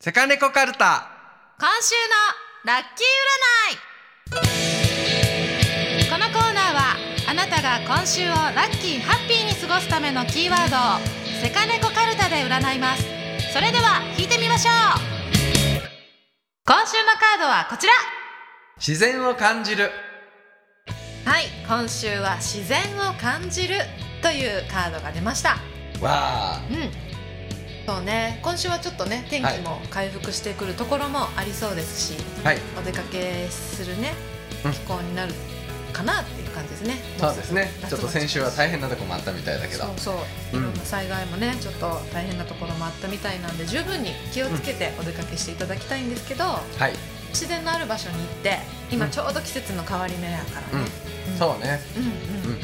セカネコカルタ今週のラッキー占いこのコーナーはあなたが今週をラッキーハッピーに過ごすためのキーワードをセカネコカルタで占いますそれでは引いてみましょう今週のカードはこちら自然を感じるはい今週は自然を感じるというカードが出ましたわあうんそうね今週はちょっとね天はい気も回復してくるところもありそうですし、はいお出かけするねうん気候になるかなっていう感じですね。そうですねちょっと先週は大変変なとこもあったみたいだけどそうそうういんろんな災害もね、ちょっと大変なところもあったみたいなんで十分に気をつけてお出かけしていただきたいんですけど、はい自然のある場所に行って今ちょうど季節の変わり目やからね、うんそうねうんうんうん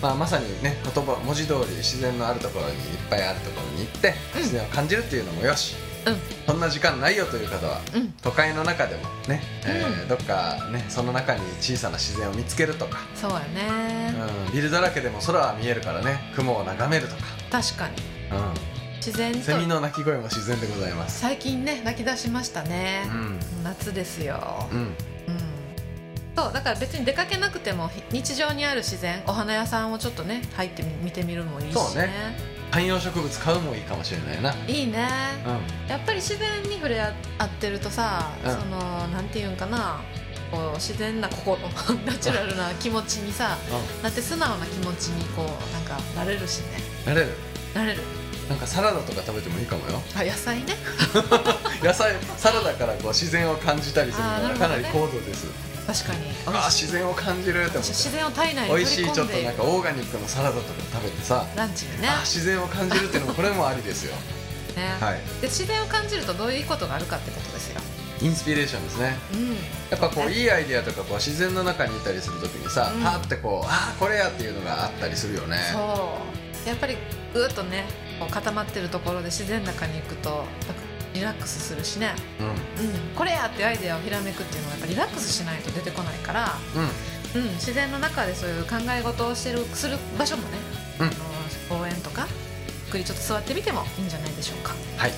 まあまさにね言葉文字通り自然のあるところにいっぱいあるところに行ってうん自然を感じるっていうのもよしうんそんな時間ないよという方はうん都会の中でもねえうーどっかねその中に小さな自然を見つけるとかそうやね、うんビルだらけでも空は見えるからね雲を眺めるとか確かに自然うんセミとの鳴き声も自然でございます最近ね泣き出しましたねう、ん夏ですよ、うんうんそうだから別に出かけなくてもひ日常にある自然お花屋さんをちょっとね入ってみ見てみるのもいいしそうねね観葉植物買うもいいかもしれないな、いいねうやっぱり自然に触れ合合ってるとさ、うんそのなんていうんかなこ う自然な心ナチュラルな気持ちにさんなって素直な気持ちにこうなんかなれるしねなれるなれるなんかサラダとか食べてもいいかもよあ野菜ね野菜サラダからこう自然を感じたりするあーのなはるほかどなりね高度です、確かにああ自然を感じるって思っ自て然を体内に美取り味しいち込ょんっとでいなんくかオーガニックのサラダとか食べてさ、ランチにねああ自然を感じるっていうのもこれもありですよね、はいで自然を感じるとどういうことがあるかってことですよ、インスピレーションですねうん、やっぱこういいアイデアとかこう自然の中にいたりするときにさ、うんパーってこうああこれやっていうのがあったりするよねそうやっぱりぐっとねこう固まってるところで自然の中に行くとやっぱリラックスするしね、うんうん、これやっていうアイデアをひらめくっていうのはやっぱリラックスしないと出てこないから、うんうん、自然の中でそういう考え事をしてるする場所もね、うんあの公園とかゆっくりちょっと座ってみてもいいんじゃないでしょうか。はい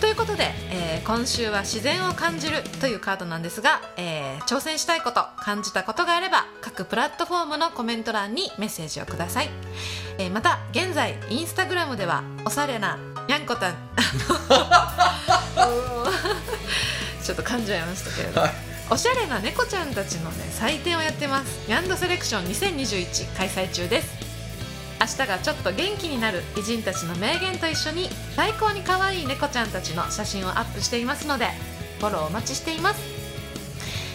ということで、えー今週は自然を感じるというカードなんですが、えー挑戦したいこと感じたことがあれば各プラットフォームのコメント欄にメッセージをください、えーまた現在インスタグラムではおしゃれなにゃんこたん ちょっと噛んじゃいましたけれどはいおしゃれな猫ちゃんたちのね祭典をやってますヤンドセレクション2021開催中です明日がちょっと元気になる偉人たちの名言と一緒に最高に可愛い猫ちゃんたちの写真をアップしていますのでフォローお待ちしています、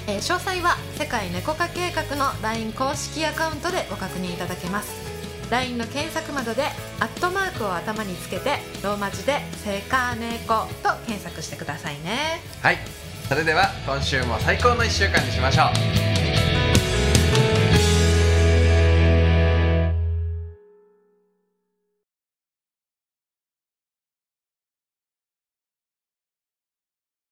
えー詳細は世界猫化計画の LINE 公式アカウントでご確認いただけます LINE の検索窓でアットマークを頭につけてローマ字で「セカネコ」と検索してくださいねはいそれでは今週も最高の1週間にしましょう